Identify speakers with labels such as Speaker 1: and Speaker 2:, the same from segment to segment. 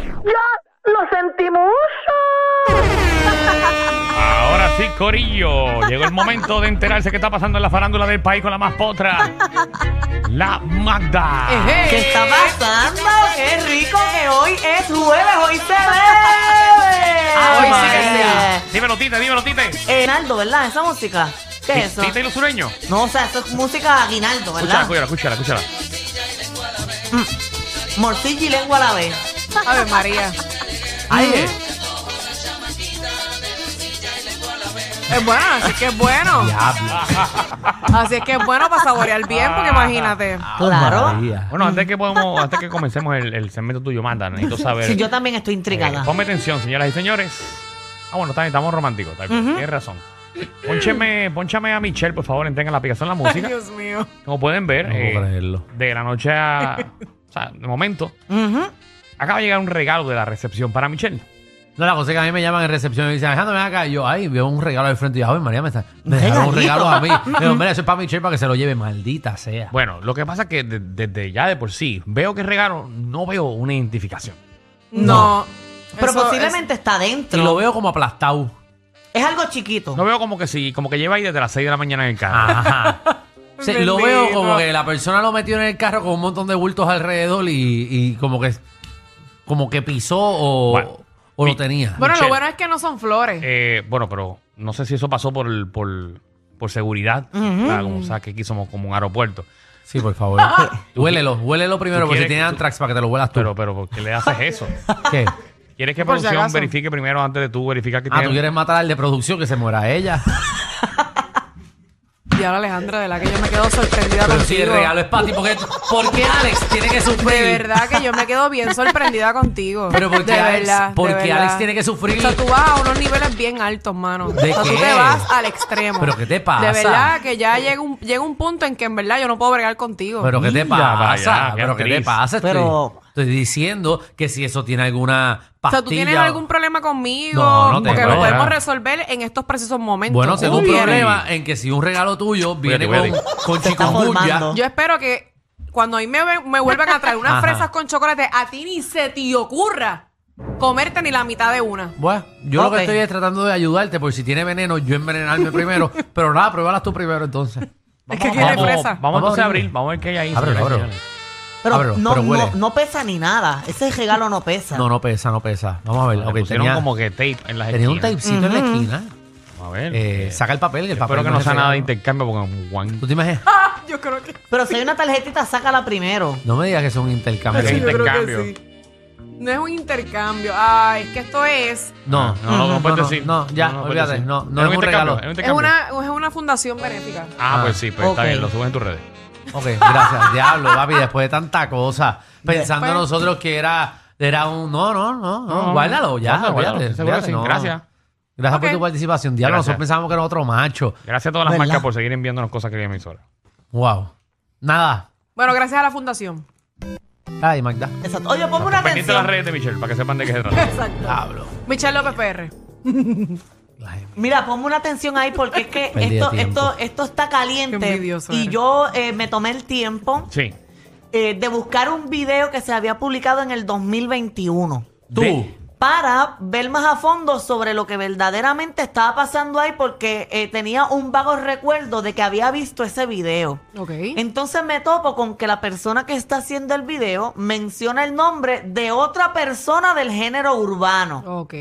Speaker 1: Lo, lo sentimos.
Speaker 2: Ahora sí, Corillo. Llegó el momento de enterarse qué está pasando en la farándula del país con la más potra. La Magda.
Speaker 3: ¿Qué está pasando? ¡Qué rico que hoy es jueves! ¡Hoy se
Speaker 2: Ah,
Speaker 3: bebe!
Speaker 2: hoy sí
Speaker 3: Ay,
Speaker 2: que
Speaker 3: eh,
Speaker 2: Dímelo, Tite, dímelo, Tite.
Speaker 3: Aguinaldo, ¿verdad? Esa música. ¿Qué es eso?
Speaker 2: Tite y los sureños.
Speaker 3: No, o sea, eso es música aguinaldo,
Speaker 2: Escúchala,
Speaker 3: ¿verdad?
Speaker 2: escúchala, escúchala, escúchala.
Speaker 3: Morcilla y lengua a la vez.
Speaker 4: Ave María.
Speaker 2: Ay,
Speaker 3: Mm.
Speaker 2: eh.
Speaker 4: Es bueno, así que es bueno. Así es que es bueno para saborear bien, porque imagínate.
Speaker 3: Ah, Claro.
Speaker 2: Bueno, antes que podemos, antes que comencemos el, el segmento tuyo, Magda, necesito saber.
Speaker 3: Sí, yo también estoy
Speaker 2: Eh,
Speaker 3: intrigada.
Speaker 2: ponme atención, señoras y señores. Ah, bueno, también estamos románticos, está bien, tienes razón. Póncheme, pónchame a Michelle, por favor, entren en la aplicación la
Speaker 4: Ay,
Speaker 2: música.
Speaker 4: Dios mío.
Speaker 2: Como pueden ver,
Speaker 5: No
Speaker 2: eh,
Speaker 5: puedo creerlo.
Speaker 2: de la noche a. o sea, de momento,
Speaker 3: Ujú.
Speaker 2: acaba de llegar un regalo de la recepción para Michelle.
Speaker 5: No, la cosa es que a mí me llaman en recepción y me dicen, Alejandro, ven acá. Y yo, ay, veo un regalo al frente. Y yo, ay, María, me, está, me dejaron un regalo a mí. Me digo, mira, eso es para Michelle para que se lo lleve, maldita sea.
Speaker 2: Bueno, lo que pasa es que de- desde ya de por sí, veo que regalo, no veo una identificación.
Speaker 4: No.
Speaker 3: Pero
Speaker 4: Eso es-
Speaker 3: posiblemente está
Speaker 5: Y
Speaker 3: dentro.
Speaker 5: lo veo como aplastado.
Speaker 3: Es algo chiquito.
Speaker 2: No veo como que sí, como que lleva ahí desde las 6 de la mañana en el carro.
Speaker 4: Ah.
Speaker 5: Ajá. O sea, lo veo
Speaker 4: Bendito.
Speaker 5: como que la persona lo metió en el carro con un montón de bultos alrededor y, y como que como que pisó o,
Speaker 2: Bueno,
Speaker 5: o
Speaker 2: mi-
Speaker 5: lo tenía.
Speaker 4: Bueno,
Speaker 2: Michelle.
Speaker 4: lo bueno es que no son flores.
Speaker 2: Eh, bueno, pero no sé si eso pasó por, por, por seguridad. O sea, como sabes que aquí somos como un aeropuerto.
Speaker 5: Sí, por favor. huélelo, huélelo primero,
Speaker 2: ¿Tú
Speaker 5: porque
Speaker 2: quieres-
Speaker 5: si tiene
Speaker 2: tú-
Speaker 5: Antrax para que te lo huelas tú.
Speaker 2: Pero, pero, ¿por qué le haces eso?
Speaker 5: ¿Qué?
Speaker 2: ¿Quieres que
Speaker 4: Por si
Speaker 2: producción
Speaker 4: acaso.
Speaker 2: verifique primero antes de tú verificar que
Speaker 5: Ah, tú
Speaker 2: tiene-
Speaker 5: quieres matar al de producción que se muera ella.
Speaker 4: Y ahora, Alejandra, de la que yo me quedo sorprendida
Speaker 5: Pero
Speaker 4: contigo.
Speaker 5: sí, el regalo es para ti. ¿Por qué, por qué Alex tiene que sufrir?
Speaker 4: De verdad que yo me quedo bien sorprendida contigo.
Speaker 5: Pero ¿por qué
Speaker 4: De
Speaker 5: Alex-
Speaker 4: verdad,
Speaker 5: por
Speaker 4: de
Speaker 5: qué
Speaker 4: verdad.
Speaker 5: Alex tiene que sufrir?
Speaker 4: O sea, tú vas a unos niveles bien altos, mano.
Speaker 5: ¿De
Speaker 4: o sea, tú
Speaker 5: qué?
Speaker 4: te vas al extremo.
Speaker 5: ¿Pero qué te pasa?
Speaker 4: De verdad que ya llega un, llega un punto en que en verdad yo no puedo bregar contigo.
Speaker 5: ¿Pero qué te
Speaker 2: Mira,
Speaker 5: pasa?
Speaker 2: vaya, qué
Speaker 5: ¿Pero qué te
Speaker 2: actriz.
Speaker 5: pasa? Estoy,
Speaker 3: Pero-
Speaker 5: estoy diciendo que si eso tiene alguna
Speaker 4: o
Speaker 5: pastilla...
Speaker 4: sea, tú tienes algún problema conmigo
Speaker 5: No, no
Speaker 4: porque
Speaker 5: tengo,
Speaker 4: lo podemos
Speaker 2: ya.
Speaker 4: resolver en estos precisos momentos.
Speaker 5: Bueno, tengo un
Speaker 4: Uy.
Speaker 5: problema en que si un regalo tuyo viene
Speaker 2: Cuídate,
Speaker 5: con, con
Speaker 3: Se está
Speaker 5: chikungunya,
Speaker 3: formando.
Speaker 4: Yo espero que cuando a mí me, ve- me vuelvan a traer unas
Speaker 5: Ajá.
Speaker 4: fresas con chocolate, a ti ni se te ocurra comerte ni la mitad de una.
Speaker 5: Bueno, yo lo
Speaker 3: Ok.
Speaker 5: que estoy es tratando de ayudarte por si tiene veneno, yo envenenarme primero. Pero nada, pruébalas tú primero entonces.
Speaker 4: Es que quiere
Speaker 2: vamos,
Speaker 4: fresa.
Speaker 2: Vamos entonces a
Speaker 5: Vamos a abrir.
Speaker 2: abrir, vamos a ver qué hay ahí.
Speaker 5: Ábrelo,
Speaker 2: señoras y
Speaker 5: ábrelo.
Speaker 2: señores.
Speaker 3: Pero,
Speaker 5: ábrelo,
Speaker 3: no,
Speaker 5: pero huele.
Speaker 3: no, no pesa ni nada. Ese regalo no pesa.
Speaker 5: No, no pesa, no pesa. Vamos a ver.
Speaker 2: Le
Speaker 5: ok,
Speaker 2: pusieron
Speaker 5: tenía,
Speaker 2: como que tape en las
Speaker 5: tenía un
Speaker 2: esquinas.
Speaker 5: tapecito en la esquina.
Speaker 2: A ver.
Speaker 5: Eh,
Speaker 2: eh,
Speaker 5: saca el papel, que el papel.
Speaker 2: espero que no
Speaker 5: es
Speaker 2: sea
Speaker 5: regalo.
Speaker 2: nada de intercambio porque Juan
Speaker 5: ¿Tú te imaginas?
Speaker 4: Yo creo que
Speaker 3: Pero si hay una tarjetita, sácala primero.
Speaker 5: No me digas que es un Este intercambio.
Speaker 2: Sí.
Speaker 4: yo creo que
Speaker 2: intercambio.
Speaker 4: sí. No es un intercambio. Ay, es que esto es.
Speaker 5: No,
Speaker 2: Ah, No, no, no puedes
Speaker 5: no,
Speaker 2: decir.
Speaker 5: no, ya,
Speaker 2: puedes
Speaker 5: olvídate,
Speaker 2: decir.
Speaker 5: no, no
Speaker 2: Era
Speaker 5: es un
Speaker 2: intercambio,
Speaker 5: regalo.
Speaker 2: era
Speaker 4: Es una, es una fundación benéfica.
Speaker 2: Ah,
Speaker 5: Ah,
Speaker 2: pues sí, pues está
Speaker 3: ok.
Speaker 2: bien, lo subes en tus redes.
Speaker 5: Ok, gracias. Diablo, papi, después de tanta cosa. Pensando
Speaker 4: Después-
Speaker 5: nosotros que era, era un. No, no, no, no, guárdalo, ya,
Speaker 2: guárdalo, guárdalo, seguro
Speaker 5: olvídate,
Speaker 2: que
Speaker 5: olvídate,
Speaker 2: sí,
Speaker 5: no.
Speaker 2: gracias.
Speaker 5: Gracias
Speaker 4: Ok.
Speaker 5: por tu participación. Diablo,
Speaker 2: Gracias.
Speaker 5: nosotros pensábamos que era otro macho.
Speaker 2: Gracias a todas las
Speaker 3: ¿Verdad?
Speaker 2: marcas por seguir enviándonos cosas que hay en la emisora.
Speaker 5: Wow. Nada.
Speaker 4: Bueno, gracias a la fundación.
Speaker 5: Ay, Magda.
Speaker 3: Exacto. Oye, ponme una
Speaker 2: Pendiente de las
Speaker 3: canción.
Speaker 2: redes de Michelle para que sepan de qué se trata.
Speaker 5: Diablo.
Speaker 4: Michelle López PR.
Speaker 5: Ay,
Speaker 3: Mira, ponme una atención ahí porque es que
Speaker 5: Perdí
Speaker 3: esto,
Speaker 5: tiempo.
Speaker 3: esto, esto está
Speaker 4: Qué
Speaker 3: caliente.
Speaker 4: envidioso
Speaker 3: Y
Speaker 4: eres.
Speaker 3: yo eh, me tomé el tiempo
Speaker 2: Sí.
Speaker 3: eh, de buscar un video que se había publicado en el 2021
Speaker 5: Tú.
Speaker 2: De-
Speaker 3: para ver más a fondo sobre lo que verdaderamente estaba pasando ahí porque eh, tenía un vago recuerdo de que había visto ese video.
Speaker 4: Ok.
Speaker 3: Entonces me topo con que la persona que está haciendo el video menciona el nombre de otra persona del género urbano.
Speaker 4: Ok.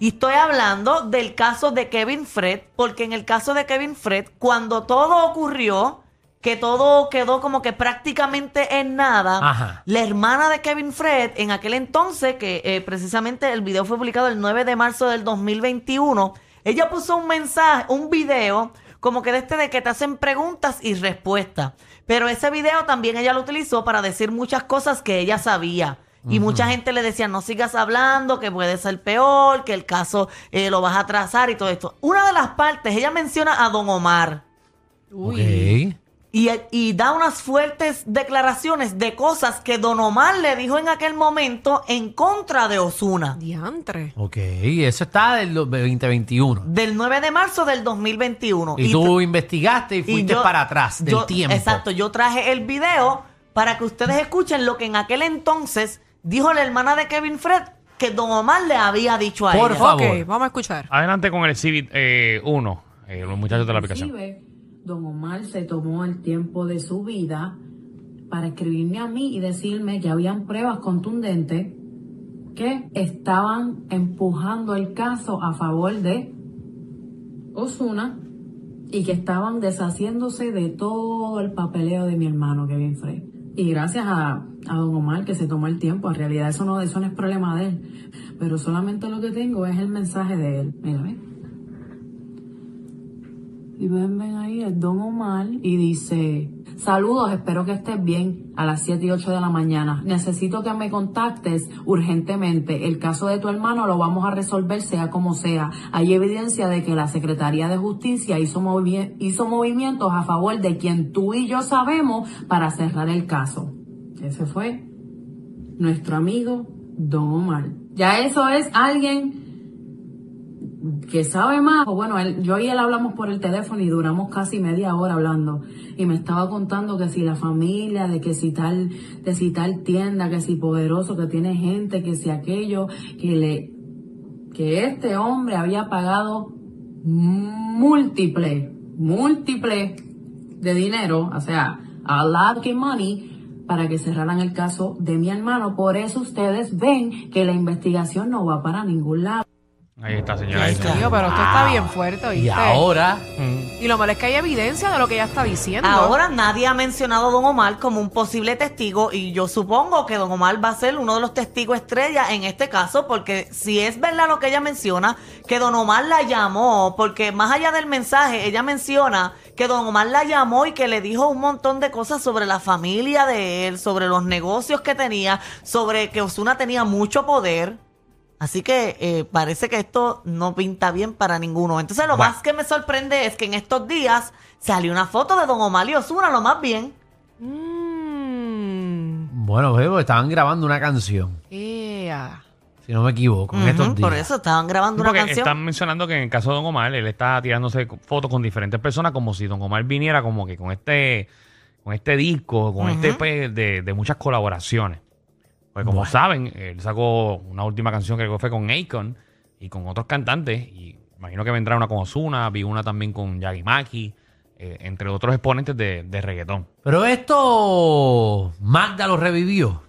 Speaker 3: Y estoy hablando del caso de Kevin Fred, porque en el caso de Kevin Fred, cuando todo ocurrió, que todo quedó como que prácticamente en nada,
Speaker 5: Ajá.
Speaker 3: la hermana de Kevin Fred, en aquel entonces, que eh, precisamente el video fue publicado el 9 de marzo del 2021, ella puso un mensaje, un video, como que de este de que te hacen preguntas y respuestas. Pero ese video también ella lo utilizó para decir muchas cosas que ella sabía. Y mucha gente le decía, no sigas hablando, que puede ser peor, que el caso eh, lo vas a atrasar y todo esto. Una de las partes, ella menciona a don Omar
Speaker 4: Uy.
Speaker 5: Ok.
Speaker 3: y, y da unas fuertes declaraciones de cosas que don Omar le dijo en aquel momento en contra de Osuna.
Speaker 4: Diantre.
Speaker 5: Ok, eso está del 2021.
Speaker 3: Del 9 de marzo del 2021.
Speaker 5: Y, tú investigaste y
Speaker 3: Y
Speaker 5: fuiste
Speaker 3: yo-
Speaker 5: para atrás del
Speaker 3: yo-
Speaker 5: tiempo.
Speaker 3: Exacto, yo traje el video para que ustedes escuchen lo que en aquel entonces dijo la hermana de Kevin Fred que Don Omar le había dicho a
Speaker 5: Por
Speaker 3: ella.
Speaker 5: favor.
Speaker 4: Ok, vamos a escuchar.
Speaker 2: Adelante con el Civic 1, los muchachos de la aplicación.
Speaker 6: Inclusive, don Omar se tomó el tiempo de su vida para escribirme a mí y decirme que habían pruebas contundentes que estaban empujando el caso a favor de Osuna y que estaban deshaciéndose de todo el papeleo de mi hermano Kevin Frey. Y gracias a, a don Omar que se tomó el tiempo, en realidad eso no, eso no es problema de él, pero solamente lo que tengo es el mensaje de él. Mira, ve. Y ven, ven ahí el Don Omar y dice, saludos, espero que estés bien a las 7 y 8 de la mañana. Necesito que me contactes urgentemente. El caso de tu hermano lo vamos a resolver sea como sea. Hay evidencia de que la Secretaría de Justicia hizo, movi- hizo movimientos a favor de quien tú y yo sabemos para cerrar el caso. Ese fue nuestro amigo Don Omar. Ya eso es alguien que sabe más, o bueno, él- yo y él hablamos por el teléfono y duramos casi media hora hablando. Y me estaba contando que si la familia, de que si tal, de si tal tienda, que si poderoso, que tiene gente, que si aquello, que le, que este hombre había pagado múltiple, múltiple de dinero, o sea, a lot of money, para que cerraran el caso de mi hermano. Por eso ustedes ven que la investigación no va para ningún lado.
Speaker 2: Ahí está, señora.
Speaker 4: Dios mío, pero esto está bien fuerte, ¿oíste?
Speaker 5: Y ahora,
Speaker 4: Y lo malo es que hay evidencia de lo que ella está diciendo.
Speaker 3: Ahora nadie ha mencionado a Don Omar como un posible testigo y yo supongo que Don Omar va a ser uno de los testigos estrella en este caso porque si es verdad lo que ella menciona, que Don Omar la llamó, porque más allá del mensaje, ella menciona que Don Omar la llamó y que le dijo un montón de cosas sobre la familia de él, sobre los negocios que tenía, sobre que Osuna tenía mucho poder. Así que eh, parece que esto no pinta bien para ninguno. Entonces lo
Speaker 2: Bueno.
Speaker 3: más que me sorprende es que en estos días salió una foto de Don Omar y Osuna, lo más bien.
Speaker 4: Mm,
Speaker 5: bueno, veo, estaban grabando una canción,
Speaker 4: ea.
Speaker 5: si no me equivoco, en estos
Speaker 3: Ujú,
Speaker 5: días.
Speaker 3: Por eso estaban grabando una
Speaker 2: Porque
Speaker 3: canción.
Speaker 2: están mencionando que en el caso de Don Omar, él está tirándose co- fotos con diferentes personas, como si Don Omar viniera como que con este, con este disco, con este pues, de, de muchas colaboraciones. Pues como saben, él sacó una última canción que creo que fue con Akon y con otros cantantes. Y imagino que vendrá una con Ozuna, vi una también con Yagimaki, eh, entre otros exponentes de, de reggaetón.
Speaker 5: Pero esto, Magda lo revivió.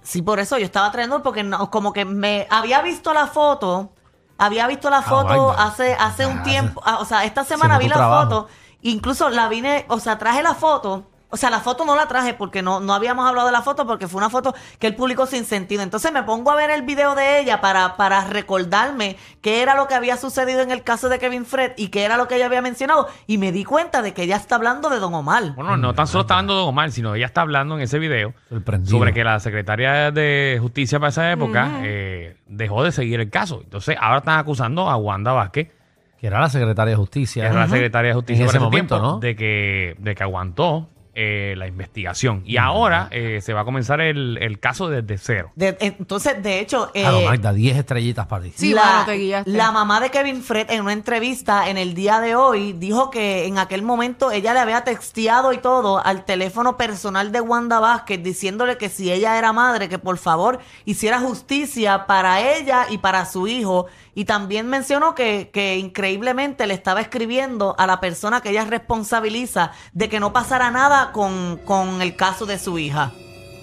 Speaker 3: Sí, por eso yo estaba trayendo porque no- como que me había visto la foto, había visto la foto
Speaker 5: vaya.
Speaker 3: hace hace un
Speaker 5: Ah,
Speaker 3: tiempo, ah, o sea, esta semana
Speaker 5: haciendo
Speaker 3: vi
Speaker 5: tu
Speaker 3: la
Speaker 5: trabajo.
Speaker 3: foto, incluso la vine, o sea, traje la foto, o sea, la foto no la traje porque no no habíamos hablado de la foto porque fue una foto que él publicó sin sentido. Entonces me pongo a ver el video de ella para para recordarme qué era lo que había sucedido en el caso de Kevin Fred y qué era lo que ella había mencionado y me di cuenta de que ella está hablando de Don Omar.
Speaker 2: Bueno, no tan solo está hablando Don Omar, sino ella está hablando en ese video
Speaker 5: Sorprendido.
Speaker 2: sobre que la secretaria de justicia para esa época eh, dejó de seguir el caso. Entonces ahora están acusando a Wanda Vázquez,
Speaker 5: Que era la secretaria de
Speaker 2: que
Speaker 5: justicia.
Speaker 2: era la secretaria de justicia
Speaker 5: En
Speaker 2: para
Speaker 5: ese
Speaker 2: ese
Speaker 5: momento,
Speaker 2: tiempo,
Speaker 5: ¿no?
Speaker 2: de que, de que aguantó eh, la investigación. Y ahora eh, se va a comenzar el, el caso desde cero.
Speaker 3: De- entonces, de hecho, eh,
Speaker 5: Claro, Ah, Magda, 10 estrellitas para ti.
Speaker 4: Sí, mano, te guillaste.
Speaker 3: la mamá de Kevin Fred en una entrevista en el día de hoy dijo que en aquel momento ella le había texteado y todo al teléfono personal de Wanda Vázquez diciéndole que si ella era madre, que por favor hiciera justicia para ella y para su hijo. Y también mencionó que, que increíblemente le estaba escribiendo a la persona que ella responsabiliza de que no pasara nada con, con el caso de su hija.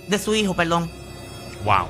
Speaker 3: De su hijo, perdón.
Speaker 2: ¡Wow!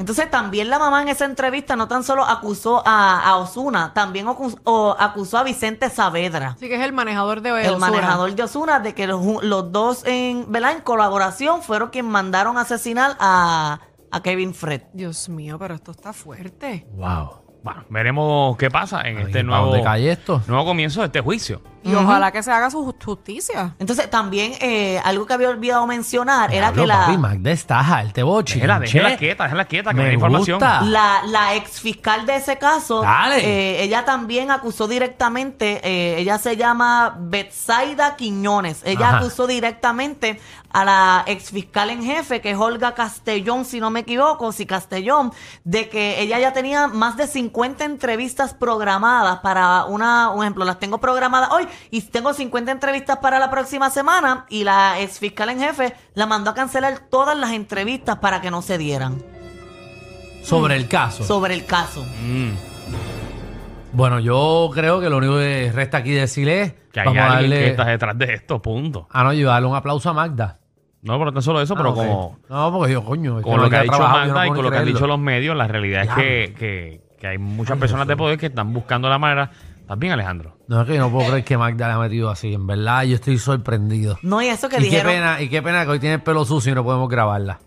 Speaker 3: Entonces también la mamá en esa entrevista no tan solo acusó a, Osuna, también acus- o- acusó a Vicente Saavedra,
Speaker 4: Así que es el manejador de
Speaker 3: el
Speaker 4: Ozuna.
Speaker 3: manejador de Osuna, de que los, ju- los dos en, ¿verdad? en colaboración fueron quienes mandaron a asesinar a, a Kevin Fred.
Speaker 4: Dios mío, pero esto está fuerte.
Speaker 5: Wow.
Speaker 2: Bueno, veremos qué pasa en
Speaker 5: Ay,
Speaker 2: este
Speaker 5: ¿pa'
Speaker 2: nuevo,
Speaker 5: dónde cae esto?
Speaker 2: nuevo comienzo de este juicio.
Speaker 4: Y ojalá que se haga su ju- justicia.
Speaker 3: Entonces también eh, algo que había olvidado mencionar era
Speaker 5: Diablo,
Speaker 3: que la...
Speaker 5: papi, Magda está alta, bochi.
Speaker 2: Déjela, déjela quieta, déjela quieta, que
Speaker 5: Me
Speaker 2: me información.
Speaker 5: gusta.
Speaker 3: La, la ex fiscal de ese caso,
Speaker 5: Ah. Dale.
Speaker 3: eh, ella también acusó directamente, eh, ella se llama Betsaida Quiñones, ella
Speaker 5: Ajá.
Speaker 3: acusó directamente a la ex fiscal en jefe, que es Olga Castellón, si no me equivoco, si Castellón, de que ella ya tenía más de 50 entrevistas programadas para una, un ejemplo, las tengo programadas hoy y tengo 50 entrevistas para la próxima semana y la ex fiscal en jefe la mandó a cancelar todas las entrevistas para que no se dieran.
Speaker 5: sobre el caso.
Speaker 3: sobre el caso.
Speaker 2: Mm.
Speaker 5: bueno, yo creo que lo único que resta aquí decir es
Speaker 2: Que hay
Speaker 5: vamos a
Speaker 2: alguien que
Speaker 5: darle
Speaker 2: está detrás de esto, punto.
Speaker 5: a no llevarle un aplauso a Magda.
Speaker 2: No, pero no solo eso, pero
Speaker 5: Ah, ok.
Speaker 2: como,
Speaker 5: no, porque Pues yo coño, es
Speaker 2: como lo que
Speaker 5: Magda
Speaker 2: ha dicho
Speaker 5: trabajado, yo no
Speaker 2: Magda y
Speaker 5: puedo
Speaker 2: con lo que han
Speaker 5: creerlo.
Speaker 2: dicho los medios, la realidad es
Speaker 5: Ya.
Speaker 2: que, que- que hay muchas personas de poder que están buscando la manera. También Alejandro.
Speaker 5: No es que yo no puedo creer que Magda la ha metido así, en verdad, yo estoy sorprendido.
Speaker 3: No, y eso que
Speaker 5: y
Speaker 3: dijeron.
Speaker 5: qué pena, y qué pena que hoy tiene el pelo sucio y no podemos grabarla.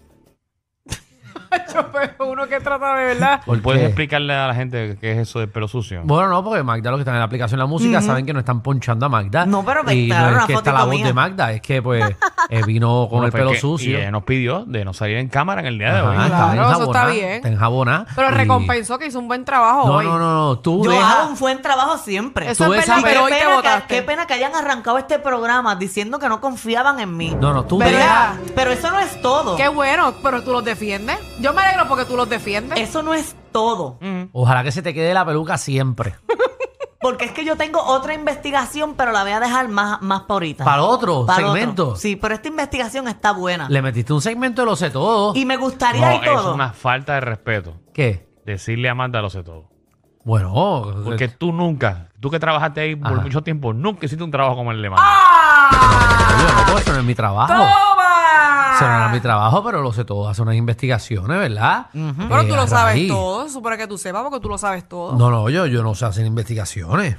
Speaker 4: Pero uno que trata de verdad.
Speaker 5: ¿Por
Speaker 2: ¿Puedes
Speaker 5: qué?
Speaker 2: explicarle a la gente qué es eso de pelo sucio?
Speaker 5: Bueno, no, porque Magda, los que están en la aplicación de la música, saben que no están ponchando a Magda.
Speaker 3: No, pero me
Speaker 5: y no
Speaker 3: tiraron
Speaker 5: es
Speaker 3: una
Speaker 5: que está
Speaker 3: fotito
Speaker 5: la voz
Speaker 3: mía.
Speaker 5: de Magda, es que pues eh, vino con
Speaker 2: Bueno,
Speaker 5: el
Speaker 2: pues
Speaker 5: pelo
Speaker 2: que- ¿eh?
Speaker 5: sucio.
Speaker 2: Y ella nos pidió de no salir en cámara en el día de
Speaker 5: Ajá,
Speaker 2: hoy.
Speaker 5: está
Speaker 4: Claro, eso está
Speaker 5: enjabonada,
Speaker 4: bien.
Speaker 5: Está enjabonada.
Speaker 4: Pero
Speaker 5: Y-
Speaker 4: recompensó que hizo un buen trabajo
Speaker 5: No,
Speaker 4: hoy.
Speaker 5: no, no, no, Tú
Speaker 3: Yo
Speaker 5: deja-
Speaker 3: hago un buen trabajo siempre.
Speaker 4: Eso
Speaker 5: Tú
Speaker 4: es
Speaker 5: esa-
Speaker 4: verdad,
Speaker 3: Y
Speaker 4: pero hoy
Speaker 3: qué,
Speaker 4: te
Speaker 3: pena que, qué
Speaker 4: votaste.
Speaker 3: pena que hayan arrancado este programa diciendo que no confiaban en mí.
Speaker 5: No, no, tú
Speaker 3: Pero-
Speaker 4: deja-
Speaker 3: Pero eso no es todo.
Speaker 4: Qué bueno, pero tú los defiendes. Yo me alegro porque tú los defiendes.
Speaker 3: Eso no es todo.
Speaker 4: Mm.
Speaker 5: Ojalá que se te quede la peluca siempre.
Speaker 3: Porque es que yo tengo otra investigación, pero la voy a dejar más, más para ahorita.
Speaker 5: Para otro
Speaker 3: Para
Speaker 5: segmento.
Speaker 3: otro. Sí, pero esta investigación está buena.
Speaker 5: Le metiste un segmento de lo sé todo.
Speaker 3: Y me gustaría
Speaker 2: No,
Speaker 3: y
Speaker 2: es
Speaker 3: todo.
Speaker 2: una falta de respeto
Speaker 5: ¿Qué?
Speaker 2: decirle a Amanda lo sé todo.
Speaker 5: Bueno,
Speaker 2: Porque tú nunca, tú que trabajaste ahí por
Speaker 5: Ajá.
Speaker 2: mucho tiempo, nunca hiciste un trabajo como el de Amanda.
Speaker 5: Oye, loco, eso no es mi trabajo.
Speaker 4: ¡Ah! ¡Toma!
Speaker 5: Eso no era mi trabajo, pero lo sé todo. Hace unas investigaciones, ¿verdad?
Speaker 4: Pero
Speaker 5: Eh,
Speaker 4: tú lo
Speaker 5: a
Speaker 4: sabes
Speaker 5: raíz.
Speaker 4: todo, supone que tú sepas porque tú lo sabes todo.
Speaker 5: No, no, yo, yo no sé hacer investigaciones.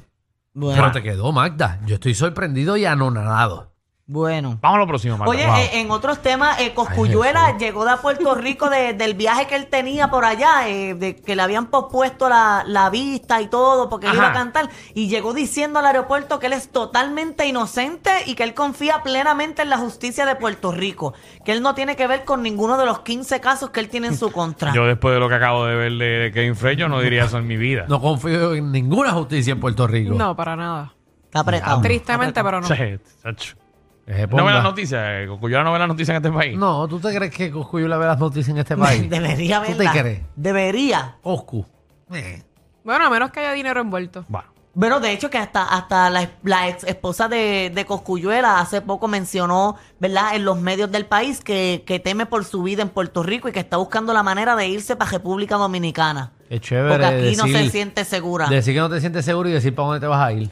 Speaker 3: Bueno,
Speaker 5: Pero te quedó, Magda. Yo estoy sorprendido y anonadado.
Speaker 3: bueno.
Speaker 2: Vamos a lo próximo, Amanda.
Speaker 3: Oye,
Speaker 2: Wow.
Speaker 3: eh, en otros temas, eh, Cosculluela
Speaker 5: Jesús.
Speaker 3: llegó de Puerto Rico de- del viaje que él tenía por allá, eh, de que le habían pospuesto la, la vista y todo, porque él
Speaker 2: Ajá.
Speaker 3: iba a cantar, y llegó diciendo al aeropuerto que él es totalmente inocente y que él confía plenamente en la justicia de Puerto Rico, que él no tiene que ver con ninguno de los 15 casos que él tiene en su contra.
Speaker 2: yo después de lo que acabo de ver de, de Kevin Frey, yo no diría eso en mi vida.
Speaker 5: No confío en ninguna justicia en Puerto Rico.
Speaker 4: No, para nada.
Speaker 3: Está apretado.
Speaker 4: Tristemente, pero
Speaker 2: O
Speaker 4: no.
Speaker 2: sea, chacho.
Speaker 5: Que se
Speaker 2: No ve las
Speaker 5: ponga-
Speaker 2: noticias, eh, Cocuyuela no ve las noticias en este país.
Speaker 5: No, ¿tú te crees que Coscuyuela ve las noticias en este país?
Speaker 3: Debería
Speaker 5: ¿Tú te
Speaker 3: verla.
Speaker 5: crees?
Speaker 3: Debería.
Speaker 5: Coscu. Eh.
Speaker 4: Bueno, a menos que haya dinero envuelto.
Speaker 2: Bueno,
Speaker 3: Bueno, de hecho que hasta, hasta la, la ex esposa de, de Cosculluela hace poco mencionó, ¿verdad?, en los medios del país que, que teme por su vida en Puerto Rico y que está buscando la manera de irse para República Dominicana.
Speaker 5: Qué
Speaker 3: Porque
Speaker 5: chévere.
Speaker 3: aquí no se
Speaker 5: Eh, decir-
Speaker 3: siente segura.
Speaker 5: Decir que no te sientes seguro y decir para dónde te vas a ir.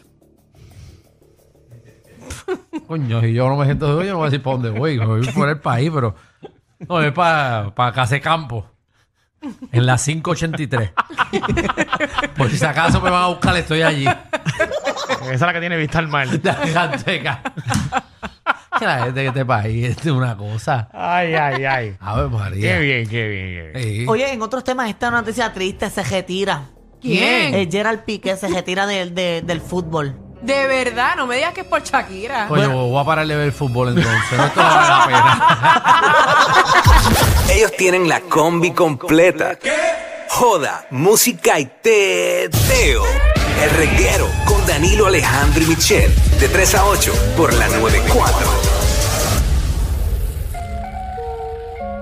Speaker 5: Coño, si yo no me siento seguro, yo no voy a decir para dónde voy. Me voy por el país, pero. No, es para, para Case Campo. En la 583. por si acaso me van a buscar, estoy allí.
Speaker 2: esa es la que tiene vista al mar.
Speaker 5: Azteca. Que la gente de este país es una cosa.
Speaker 2: Ay, ay, ay.
Speaker 5: Ave María.
Speaker 2: Qué bien, qué bien. qué bien.
Speaker 5: Sí.
Speaker 3: Oye, en otros temas, esta noticia triste se retira.
Speaker 4: ¿Quién?
Speaker 3: Eh, Gerald Piqué se retira del- de- del fútbol.
Speaker 4: De verdad, no me digas que es por Shakira.
Speaker 5: Coño, voy a parar de ver fútbol entonces. No, esto no vale la pena.
Speaker 7: Ellos tienen la combi completa. Joda, música y teo. El reguero con Danilo Alejandro y Michel. De 3 a 8 por la 94.